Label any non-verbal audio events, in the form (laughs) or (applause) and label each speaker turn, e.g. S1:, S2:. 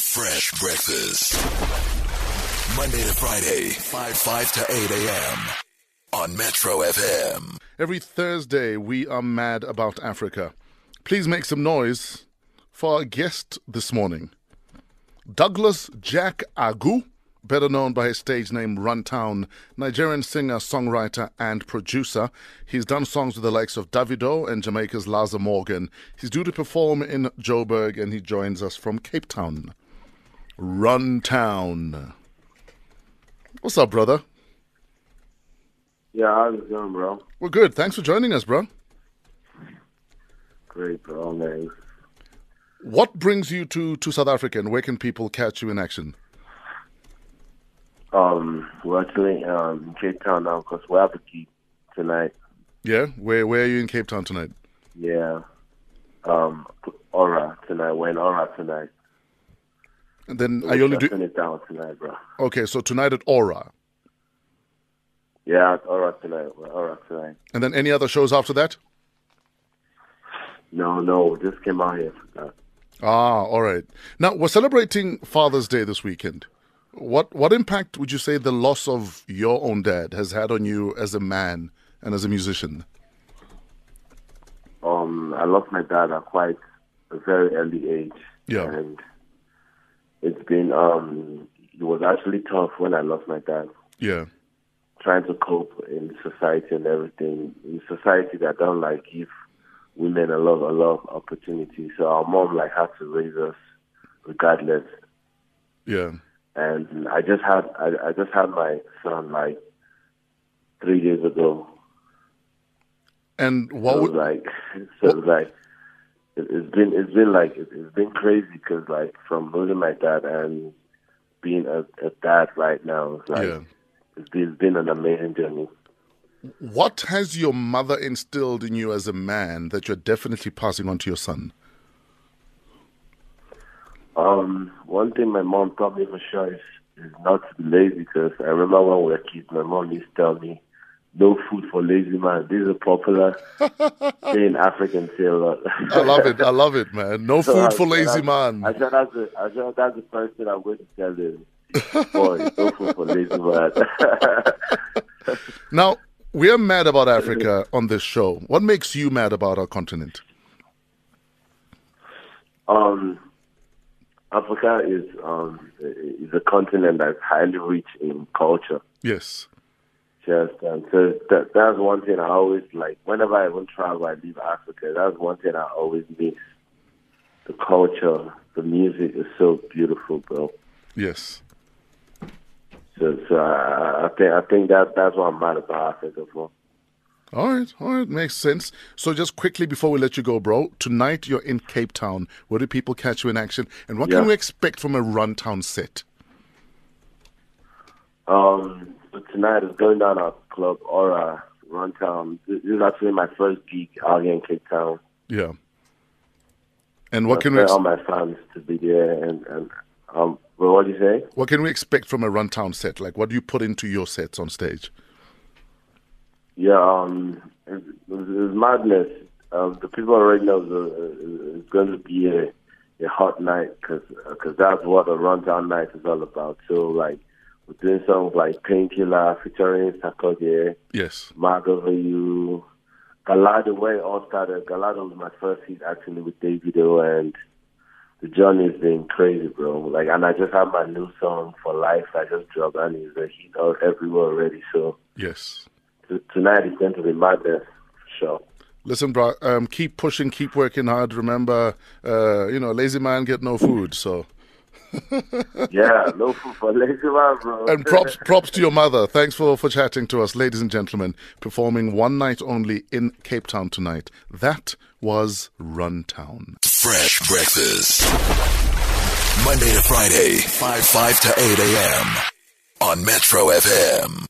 S1: Fresh breakfast. Monday to Friday, 5 5 to 8 a.m. on Metro FM.
S2: Every Thursday, we are mad about Africa. Please make some noise for our guest this morning, Douglas Jack Agu, better known by his stage name Runtown, Nigerian singer, songwriter, and producer. He's done songs with the likes of Davido and Jamaica's Laza Morgan. He's due to perform in Joburg, and he joins us from Cape Town. Runtown. What's up, brother?
S3: Yeah, how's it going, bro?
S2: We're good. Thanks for joining us, bro.
S3: Great, bro. Thanks.
S2: What brings you to, to South Africa and where can people catch you in action?
S3: Um, we're actually um, in Cape Town now because we're at the key tonight.
S2: Yeah, where where are you in Cape Town tonight?
S3: Yeah. Um, Aura tonight. We're in Aura tonight.
S2: And
S3: Oh,
S2: then are you only
S3: Just
S2: do
S3: in it down tonight, bro.
S2: okay? So tonight at Aura,
S3: Yeah, at Aura tonight. We're at Aura tonight.
S2: and then any other shows after that?
S3: No, no, we just came out here for that.
S2: Ah, all right. Now we're celebrating Father's Day this weekend. What what impact would you say the loss of your own dad has had on you as a man and as a musician?
S3: Um, I lost my dad at quite a very early age.
S2: Yeah.
S3: And it's been um, it was actually tough when I lost my dad.
S2: Yeah,
S3: trying to cope in society and everything. In society that don't like give women a lot a lot of opportunities. So our mom like had to raise us regardless.
S2: yeah,
S3: And I just had I, I just had my son like three years ago.
S2: and
S3: So
S2: what would
S3: like (laughs) so it's like it, it's been it's been like it, it's been crazy because like from losing my dad and being a, a dad right now, it's like
S2: Yeah.
S3: it's, been, it's been an amazing journey.
S2: what has your mother instilled in you as a man that you're definitely passing on to your son?
S3: Um, one thing my mom taught me for sure is, is not to be lazy because I remember when we were kids, my mom used to tell me, no food for lazy man. This is a
S2: (laughs)
S3: popular thing in African say a lot.
S2: I love it. I love it, man. No
S3: (laughs) So
S2: food
S3: I
S2: for
S3: said
S2: lazy
S3: that-
S2: man.
S3: I said that's the, I said that's the first thing I'm going to tell
S2: (laughs)
S3: him. Boy, no food for lazy man. (laughs)
S2: Now, we're mad about Africa on this show. What makes you mad about our continent?
S3: um, Africa is um, is a continent that's highly rich in culture.
S2: Yes.
S3: Just um, so that that's one thing I always like. Whenever I even travel, I leave Africa. That's one thing I always miss. The culture, the music is so beautiful, bro.
S2: Yes.
S3: So, so I, I think I think that that's what I'm mad about Africa for.
S2: All right. All right. Makes sense. So, just quickly before we let you go, bro, tonight you're in Cape Town. Where do people catch you in action? And what
S3: Yeah.
S2: can we expect from a runtown set?
S3: Um, so tonight is going down at Club Aura, Runtown. This is actually my first gig out here in Cape Town.
S2: Yeah. And what can
S3: I
S2: we ex-
S3: all my fans to be there and and um. Well, what do you say?
S2: what can we expect from a runtown set? Like, what do you put into your sets on stage?
S3: Yeah, um, it's, it's madness. Um, the people already know the, it's going to be a, a hot night because that's what a rundown night is all about. So, like, we're doing songs like Painkiller featuring Sakoge,
S2: Yes.
S3: Margot You, Galado, where it all started. Galado was my first hit actually with Davido, and the journey's been crazy, bro. Like, and I just have my new song for life. I just dropped, and it's a hit out everywhere already. So.
S2: Yes.
S3: T- tonight is going to be madness, for sure.
S2: Listen, bro, um, keep pushing, keep working hard. Remember, uh, you know, lazy man get no food. So,
S3: Yeah, no food (laughs) for lazy man, bro.
S2: and props, props to your mother. Thanks for for chatting to us, ladies and gentlemen. Performing one night only in Cape Town tonight. That was Runtown.
S1: Fresh breakfast. Monday to Friday, 5 5 to 8 a.m. on Metro FM.